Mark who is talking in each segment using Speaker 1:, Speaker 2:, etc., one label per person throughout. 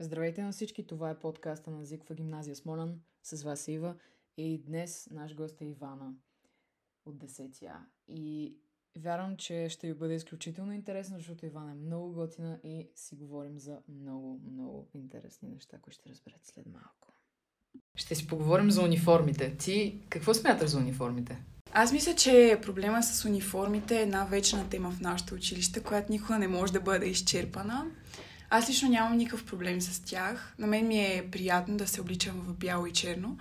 Speaker 1: Здравейте на всички, това е подкаста на Зиква гимназия Смолян. С вас е Ива и днес наш гост е Ивана от 10А. И вярвам, че ще ви бъде изключително интересно, защото Ивана е много готина и си говорим за много, много интересни неща, които ще разберете след малко. Ще си поговорим за униформите. Ти какво смяташ за униформите?
Speaker 2: Аз мисля, че проблема с униформите е една вечна тема в нашето училище, която никога не може да бъде изчерпана. Аз лично нямам никакъв проблем с тях. На мен ми е приятно да се обличам в бяло и черно,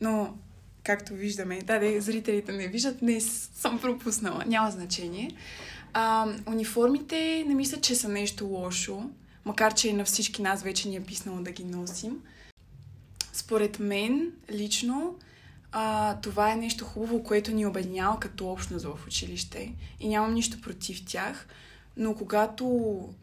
Speaker 2: но както виждаме, да, де, зрителите не виждат, не съм пропуснала, няма значение. А, униформите не мисля, че са нещо лошо, макар че на всички нас вече ни е писнало да ги носим. Според мен, лично, а, това е нещо хубаво, което ни обединява като общност в училище и нямам нищо против тях. Но когато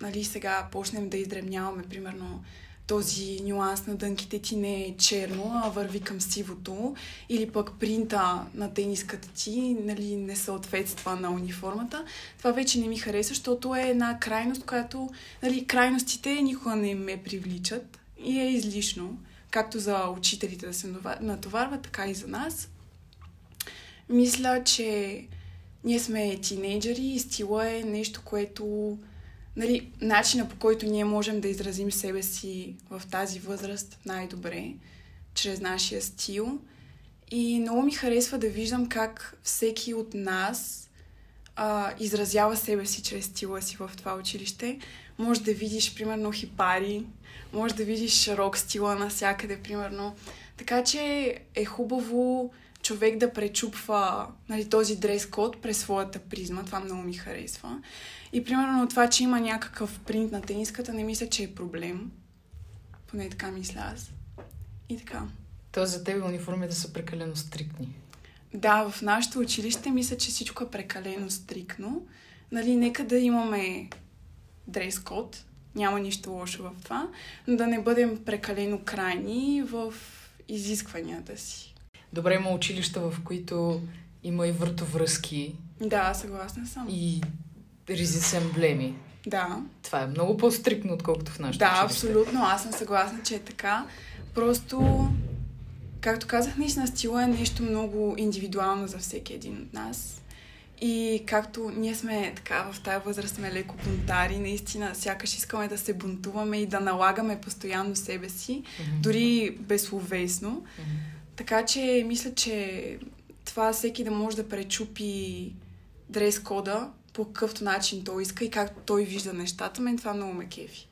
Speaker 2: нали, сега почнем да издребняваме, примерно, този нюанс на дънките ти не е черно, а върви към сивото, или пък принта на тениската ти нали, не съответства на униформата, това вече не ми харесва, защото е една крайност, която нали, крайностите никога не ме привличат и е излишно, както за учителите да се натоварват, така и за нас. Мисля, че ние сме тинейджери и стила е нещо, което нали, начина по който ние можем да изразим себе си в тази възраст най-добре, чрез нашия стил. И много ми харесва да виждам как всеки от нас а, изразява себе си чрез стила си в това училище. Може да видиш, примерно, хипари, може да видиш рок стила навсякъде, примерно. Така че е хубаво човек да пречупва нали, този дрес-код през своята призма. Това много ми харесва. И примерно това, че има някакъв принт на тениската, не мисля, че е проблем. Поне така мисля аз. И така.
Speaker 1: Тоест за теб униформите са прекалено стриктни.
Speaker 2: Да, в нашето училище мисля, че всичко е прекалено стрикно. Нали, нека да имаме дрес-код. Няма нищо лошо в това. Но да не бъдем прекалено крайни в изискванията си.
Speaker 1: Добре, има училища, в които има и въртовръзки.
Speaker 2: Да, съгласна съм.
Speaker 1: И ризи с емблеми.
Speaker 2: Да.
Speaker 1: Това е много по-стрикно, отколкото в нашата
Speaker 2: Да,
Speaker 1: училище.
Speaker 2: абсолютно. Аз съм съгласна, че е така. Просто, както казах, наистина стила е нещо много индивидуално за всеки един от нас. И както ние сме така в тази възраст сме леко бунтари, наистина сякаш искаме да се бунтуваме и да налагаме постоянно себе си,
Speaker 1: Мгм.
Speaker 2: дори безсловесно.
Speaker 1: Мгм.
Speaker 2: Така че мисля, че това всеки да може да пречупи дрес-кода по какъвто начин той иска и както той вижда нещата. Мен това много ме кефи.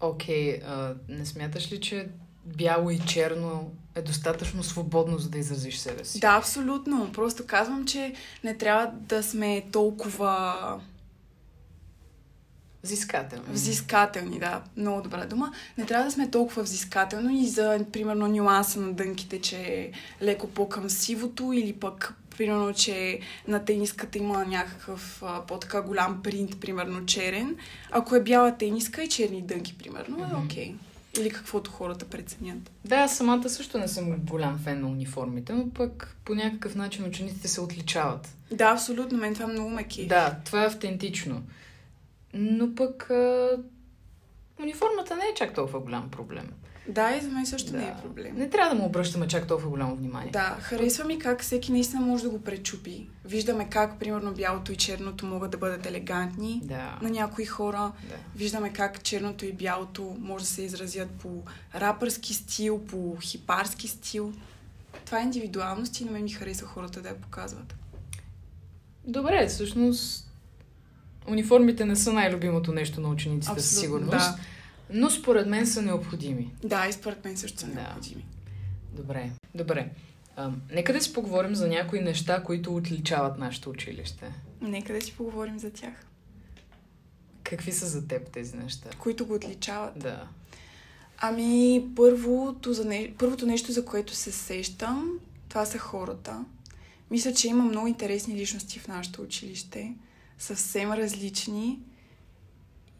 Speaker 1: Окей, а, не смяташ ли, че бяло и черно е достатъчно свободно, за да изразиш себе си?
Speaker 2: Да, абсолютно. Просто казвам, че не трябва да сме толкова
Speaker 1: Взискателно.
Speaker 2: взискателни, да, много добра дума. Не трябва да сме толкова взискателни и за, примерно, нюанса на дънките, че е леко по-към сивото или пък примерно, че на тениската има някакъв а, по-така голям принт, примерно черен. Ако е бяла тениска и черни дънки, примерно, е
Speaker 1: Мгм.
Speaker 2: окей. Или каквото хората преценят.
Speaker 1: Да, аз самата също не съм голям фен на униформите, но пък по някакъв начин учениците се отличават.
Speaker 2: Да, абсолютно, мен това много ме кефи.
Speaker 1: Да, това е автентично. Но пък а, униформата не е чак толкова голям проблем.
Speaker 2: да, и за мен също
Speaker 1: да.
Speaker 2: не е проблем.
Speaker 1: Не трябва да му обръщаме чак толкова голямо внимание.
Speaker 2: Да, харесва ми как всеки наистина може да го пречупи. Виждаме как, примерно, бялото и черното могат да бъдат елегантни.
Speaker 1: Да.
Speaker 2: на някои хора.
Speaker 1: да.
Speaker 2: Виждаме как черното и бялото може да се изразят по рапърски стил, по хипарски стил. Това е индивидуалност и на мен ми харесва хората да я показват.
Speaker 1: Добре, всъщност униформите не са най-любимото нещо на учениците, със сигурност.
Speaker 2: Да.
Speaker 1: Но според мен са необходими.
Speaker 2: да, и според мен също са
Speaker 1: Да.
Speaker 2: необходими.
Speaker 1: Добре. Добре. А, нека да си поговорим за някои неща, които отличават нашето училище.
Speaker 2: Нека да си поговорим за тях,
Speaker 1: Какви са за теб тези неща?
Speaker 2: които го отличават.
Speaker 1: Да.
Speaker 2: Ами, първото, за не... първото нещо, за което се сещам, това са хората. Мисля, че има много интересни личности в нашето училище, съвсем различни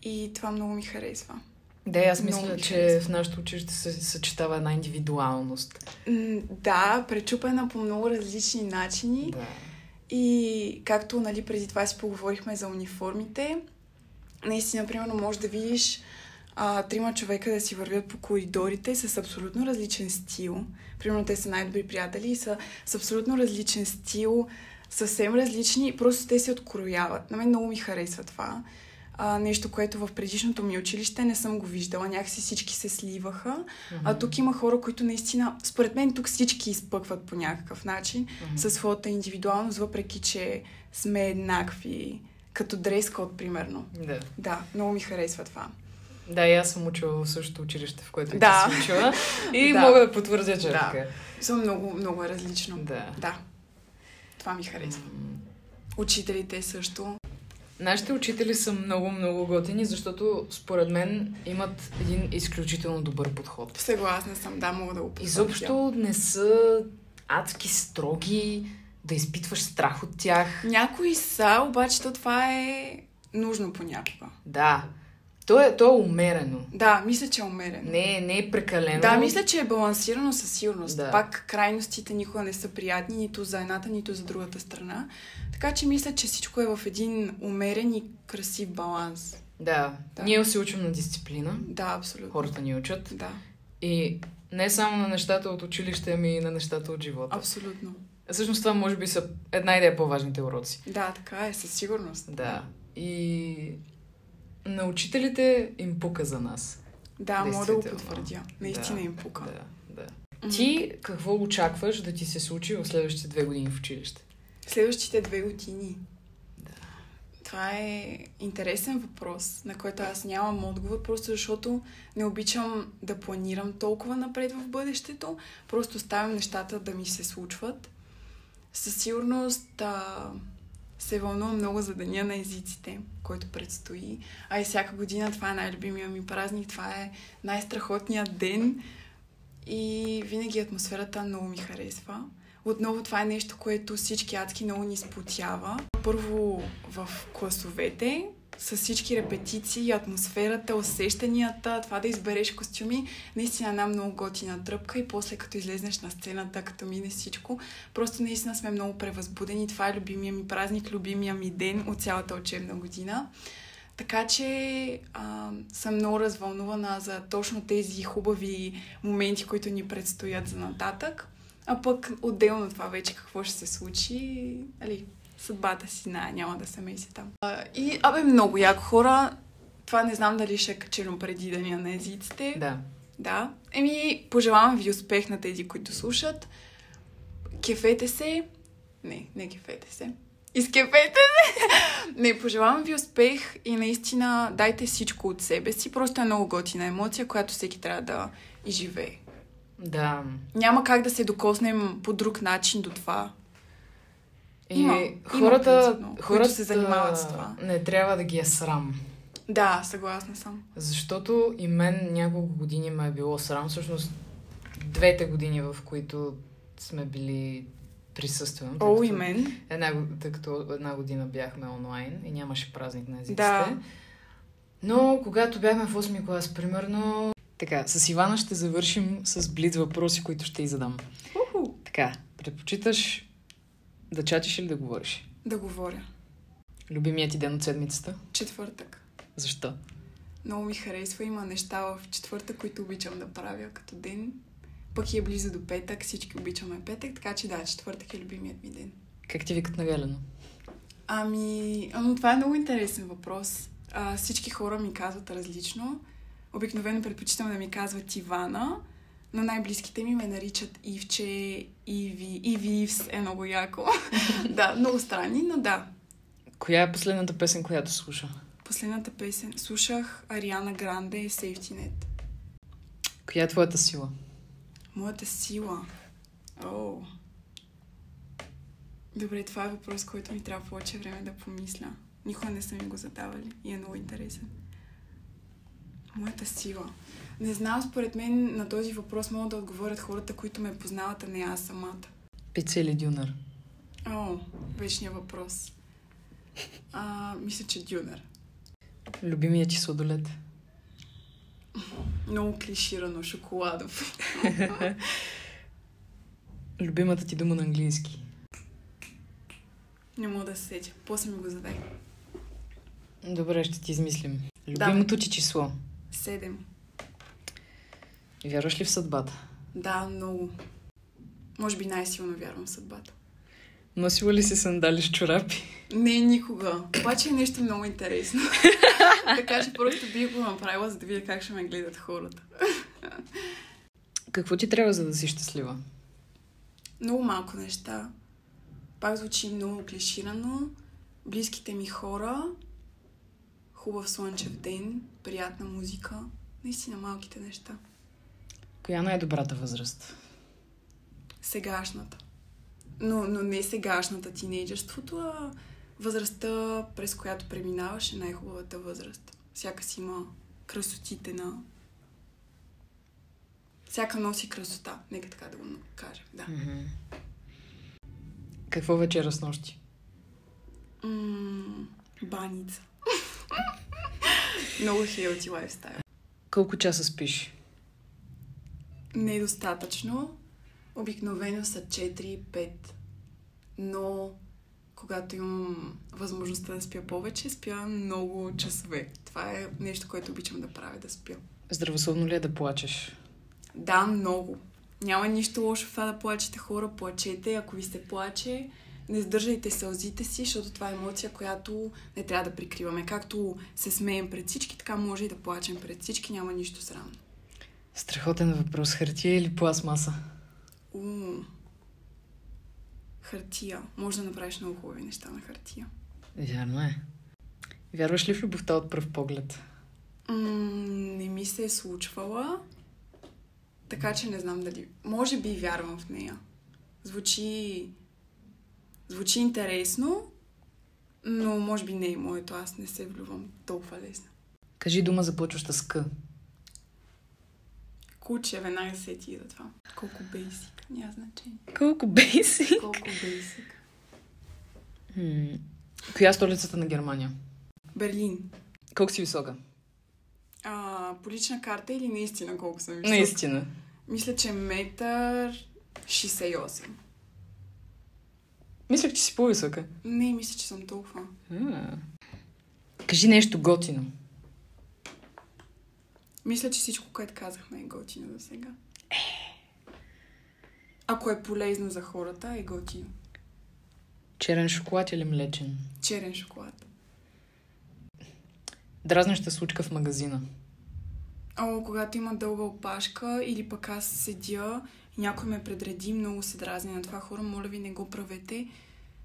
Speaker 2: и това много ми харесва.
Speaker 1: Да, и аз
Speaker 2: Много
Speaker 1: мисля,
Speaker 2: ми
Speaker 1: че
Speaker 2: харесва.
Speaker 1: в нашето училище се съчетава една индивидуалност.
Speaker 2: М, Да, пречупена по много различни начини.
Speaker 1: Да.
Speaker 2: И както нали, преди това си поговорихме за униформите, наистина, примерно, може да видиш а, трима човека да си вървят по коридорите с абсолютно различен стил. Примерно те са най-добри приятели и са с абсолютно различен стил, съвсем различни, просто те се открояват. На мен много ми харесва това. А, нещо, което в предишното ми училище не съм го виждала. Някакси всички се сливаха. Mm-hmm. А тук има хора, които наистина, според мен, тук всички изпъкват по някакъв начин mm-hmm. със своята индивидуалност, въпреки че сме еднакви. Като дрес-код, примерно.
Speaker 1: Да.
Speaker 2: Да, много ми харесва това.
Speaker 1: Да, и аз съм учила в същото училище, в което и
Speaker 2: Да.
Speaker 1: ти си учила. И
Speaker 2: Да.
Speaker 1: мога да потвърдя, че
Speaker 2: Да.
Speaker 1: е така.
Speaker 2: Съм много, много е различно.
Speaker 1: Да.
Speaker 2: Да. Това ми харесва.
Speaker 1: М,
Speaker 2: Учителите също.
Speaker 1: Нашите учители са много, много готини, защото според мен имат един изключително добър подход.
Speaker 2: Съгласна съм, да, мога да го потвърдя.
Speaker 1: Изобщо не са адски строги, да изпитваш страх от тях.
Speaker 2: Някои са, обаче то това е нужно понякога.
Speaker 1: Да, то е, то е умерено.
Speaker 2: Да, мисля, че е умерено.
Speaker 1: Не, е- не е прекалено.
Speaker 2: Да, мисля, че е балансирано със сигурност.
Speaker 1: Да.
Speaker 2: Да. Пак крайностите никога не са приятни нито за едната, нито за другата страна. Така че мисля, че всичко е в един умерен и красив баланс.
Speaker 1: Да.
Speaker 2: Да.
Speaker 1: Ние се учим на дисциплина.
Speaker 2: Да, абсолютно.
Speaker 1: Хората ни учат.
Speaker 2: Да,
Speaker 1: И не само на нещата от училище, ами и на нещата от живота.
Speaker 2: абсолютно.
Speaker 1: Всъщност това може би са една идея по-важните уроци.
Speaker 2: Да, така е, със сигурност.
Speaker 1: Да. И на учителите им пука за нас.
Speaker 2: Да, мога да го
Speaker 1: Действително.
Speaker 2: потвърдя. Наистина
Speaker 1: Да,
Speaker 2: им пука.
Speaker 1: Да, да.
Speaker 2: М.
Speaker 1: Ти какво очакваш да ти се случи в следващите две години в училище?
Speaker 2: Следващите две години. Това е интересен въпрос, на който аз нямам отговор, просто защото не обичам да планирам толкова напред в бъдещето. Просто ставям нещата да ми се случват. Със сигурност а, се вълнувам много за Деня на езиците, който предстои. А и всяка година това е най-любимия ми празник, това е най-страхотният ден. И винаги атмосферата много ми харесва. Отново това е нещо, което всички адски много ни сплотява. Първо в класовете, с всички репетиции, атмосферата, усещанията, това да избереш костюми, наистина една много готина тръпка и после като излезнеш на сцената, като мине всичко, просто наистина сме много превъзбудени. Това е любимия ми празник, любимия ми ден от цялата учебна година. Така че а, съм много развълнувана за точно тези хубави моменти, които ни предстоят за нататък. А пък отделно това вече какво ще се случи, нали, съдбата си знае, няма да се меси там. А, и, абе, много яко хора, това не знам дали ще е качено преди деня на езиците.
Speaker 1: Да.
Speaker 2: Да. Еми, пожелавам ви успех на тези, които слушат. Кефете се. Не, не кефете се. Изкефете се! Не, пожелавам ви успех и наистина дайте всичко от себе си. Просто е много готина емоция, която всеки трябва да изживее.
Speaker 1: Да.
Speaker 2: Няма как да се докоснем по друг начин до това.
Speaker 1: И
Speaker 2: Има. Има,
Speaker 1: хората,
Speaker 2: принципно, които
Speaker 1: хората
Speaker 2: се занимават с това.
Speaker 1: Не трябва да ги е срам.
Speaker 2: Да, съгласна съм.
Speaker 1: Защото и мен няколко години ме е било срам. Всъщност, двете години, в които сме били присъствено. тъй
Speaker 2: О,
Speaker 1: като
Speaker 2: и мен.
Speaker 1: Една, го- тъй като една година бяхме онлайн и нямаше празник на езиците.
Speaker 2: Да.
Speaker 1: Но когато бяхме в 8 клас, примерно... Така, с Ивана ще завършим с близ въпроси, които ще й задам.
Speaker 2: Уху.
Speaker 1: Така, предпочиташ да чатиш или да говориш?
Speaker 2: Да говоря.
Speaker 1: Любимият ти ден от седмицата?
Speaker 2: Четвъртък.
Speaker 1: Защо?
Speaker 2: Много ми харесва. Има неща в четвърта, които обичам да правя като ден. Пък и е близо до петък. Всички обичаме петък, така че да, четвъртък е любимият ми ден.
Speaker 1: Как ти викат на Галено?
Speaker 2: Ами, ами това е много интересен въпрос. А, всички хора ми казват различно. Обикновено предпочитам да ми казват Ивана, но най-близките ми ме наричат Ивче, Иви, Иви Ивс е много яко. да, много странни, но да.
Speaker 1: Коя е последната песен, която слуша?
Speaker 2: Последната песен слушах Ариана Гранде и Safety Net.
Speaker 1: Коя е твоята сила?
Speaker 2: Моята сила. О. Добре, това е въпрос, който ми трябва повече време да помисля. Никога не са ми го задавали и е много интересен. Моята сила. Не знам, според мен на този въпрос могат да отговорят хората, които ме познават, а не аз самата.
Speaker 1: Пица или дюнер?
Speaker 2: О, вечният въпрос. А, мисля, че дюнер.
Speaker 1: Любимият ти сладолет?
Speaker 2: Много клиширано, шоколадов.
Speaker 1: Любимата ти дума на английски?
Speaker 2: Не мога да се сетя. После ми го задай.
Speaker 1: Добре, ще ти измислим. Любимото ти число?
Speaker 2: Седем.
Speaker 1: Вярваш ли в съдбата?
Speaker 2: Да, много. Може би най-силно вярвам в съдбата.
Speaker 1: Носила ли си сандали с чорапи?
Speaker 2: Не, никога. Обаче е нещо много интересно. така че просто бих го направила, за да видя как ще ме гледат хората.
Speaker 1: Какво ти трябва, за да си щастлива?
Speaker 2: Много малко неща. Пак звучи много клиширано. Близките ми хора, хубав слънчев ден, приятна музика. Наистина малките неща.
Speaker 1: Коя е най-добрата възраст?
Speaker 2: Сегашната. Но, но не сегашната тинейджерството, а възрастта, през която преминаваш е най-хубавата възраст. Всяка си има красотите на... Всяка носи красота. Нека така да го кажем. Да.
Speaker 1: Мгм. Какво вечера с нощи?
Speaker 2: М, баница. Много healthy lifestyle.
Speaker 1: Колко часа спиш?
Speaker 2: Недостатъчно. Обикновено са 4-5. Но когато имам възможността да спя повече, спя много часове. Това е нещо, което обичам да правя, да спя.
Speaker 1: Здравословно ли е да плачеш?
Speaker 2: Да, много. Няма нищо лошо в това да плачете хора, плачете, ако ви се плаче, не сдържайте сълзите си, защото това е емоция, която не трябва да прикриваме. Както се смеем пред всички, така може и да плачем пред всички, няма нищо срамно.
Speaker 1: Страхотен въпрос. Хартия или пластмаса?
Speaker 2: У, хартия. Може да направиш много хубави неща на хартия.
Speaker 1: Вярно е. Вярваш ли в любовта от пръв поглед?
Speaker 2: М, не ми се е случвала, така че не знам дали. Може би вярвам в нея. Звучи. Звучи интересно, но може би не е моето. Аз не се влюбвам толкова лесно.
Speaker 1: Кажи дума започваща с К.
Speaker 2: Куче, веднага се ти за това. Колко бейсик, няма значение.
Speaker 1: Колко бейси!
Speaker 2: Колко бейсик.
Speaker 1: Коя е столицата на Германия?
Speaker 2: Берлин.
Speaker 1: Колко си висока?
Speaker 2: А, по лична карта или наистина колко съм висока?
Speaker 1: Наистина.
Speaker 2: Мисля, че е метър 68.
Speaker 1: Мислях, че си по-висока.
Speaker 2: Не, мисля, че съм толкова.
Speaker 1: А. Кажи нещо готино.
Speaker 2: Мисля, че всичко, което казахме е готино за сега. Ако е полезно за хората, е готино.
Speaker 1: Черен шоколад или млечен?
Speaker 2: Черен шоколад.
Speaker 1: Дразнеща случка в магазина.
Speaker 2: О, когато има дълга опашка или пък аз седя и някой ме предреди, много се дразни на това хора, моля ви не го правете.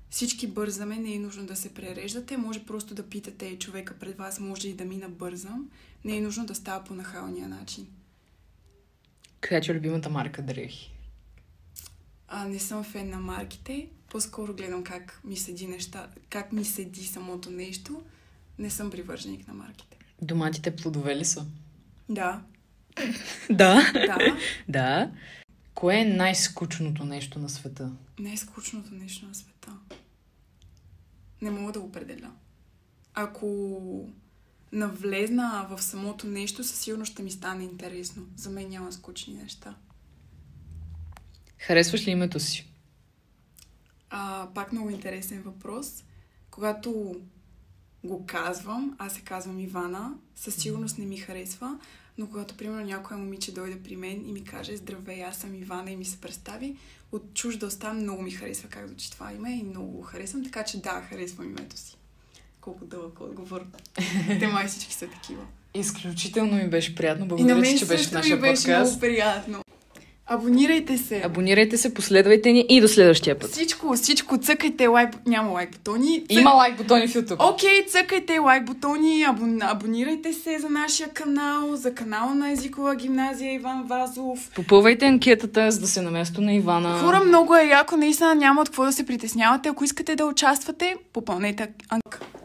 Speaker 2: Всички бързаме, не е нужно да се пререждате, може просто да питате човека пред вас, може и да мина бързам. Не е нужно да става по нахалния начин.
Speaker 1: Коя ти е любимата марка дрехи?
Speaker 2: А, не съм фен на марките. По-скоро гледам как ми седи неща, как ми седи самото нещо. Не съм привърженик на марките.
Speaker 1: Доматите плодове ли са?
Speaker 2: Да,
Speaker 1: Да.
Speaker 2: да.
Speaker 1: Да. Кое е най-скучното нещо на света?
Speaker 2: Най-скучното е нещо на света. Не мога да го определя. Ако навлезна в самото нещо, със сигурност ще ми стане интересно. За мен няма скучни неща.
Speaker 1: Харесваш ли името си?
Speaker 2: А, пак много интересен въпрос. Когато го казвам, аз се казвам Ивана, със сигурност не ми харесва, но когато, примерно, някоя момиче дойде при мен и ми каже Здравей, аз съм Ивана и ми се представи, от чужда оставам, много ми харесва как звучи това име и много го харесвам, така че да, харесвам името си. Колко дълъг отговор. Те май всички са такива.
Speaker 1: Изключително ми беше приятно.
Speaker 2: и на
Speaker 1: Благодаря ти,
Speaker 2: мен
Speaker 1: че беше в
Speaker 2: също ми
Speaker 1: нашия
Speaker 2: беше
Speaker 1: подкаст.
Speaker 2: много приятно. Абонирайте се!
Speaker 1: Абонирайте се, последвайте ни и до следващия път.
Speaker 2: Всичко, всичко, цъкайте лайк, няма лайк бутони. Цък-
Speaker 1: Има лайк бутони в YouTube.
Speaker 2: Окей, цъкайте лайк бутони, абон, абонирайте се за нашия канал, за канала на Езикова гимназия Иван Вазов.
Speaker 1: Попълвайте анкетата, за да се на място на Ивана.
Speaker 2: Хора, много е яко, наистина няма от какво да се притеснявате. Ако искате да участвате, попълнете анк.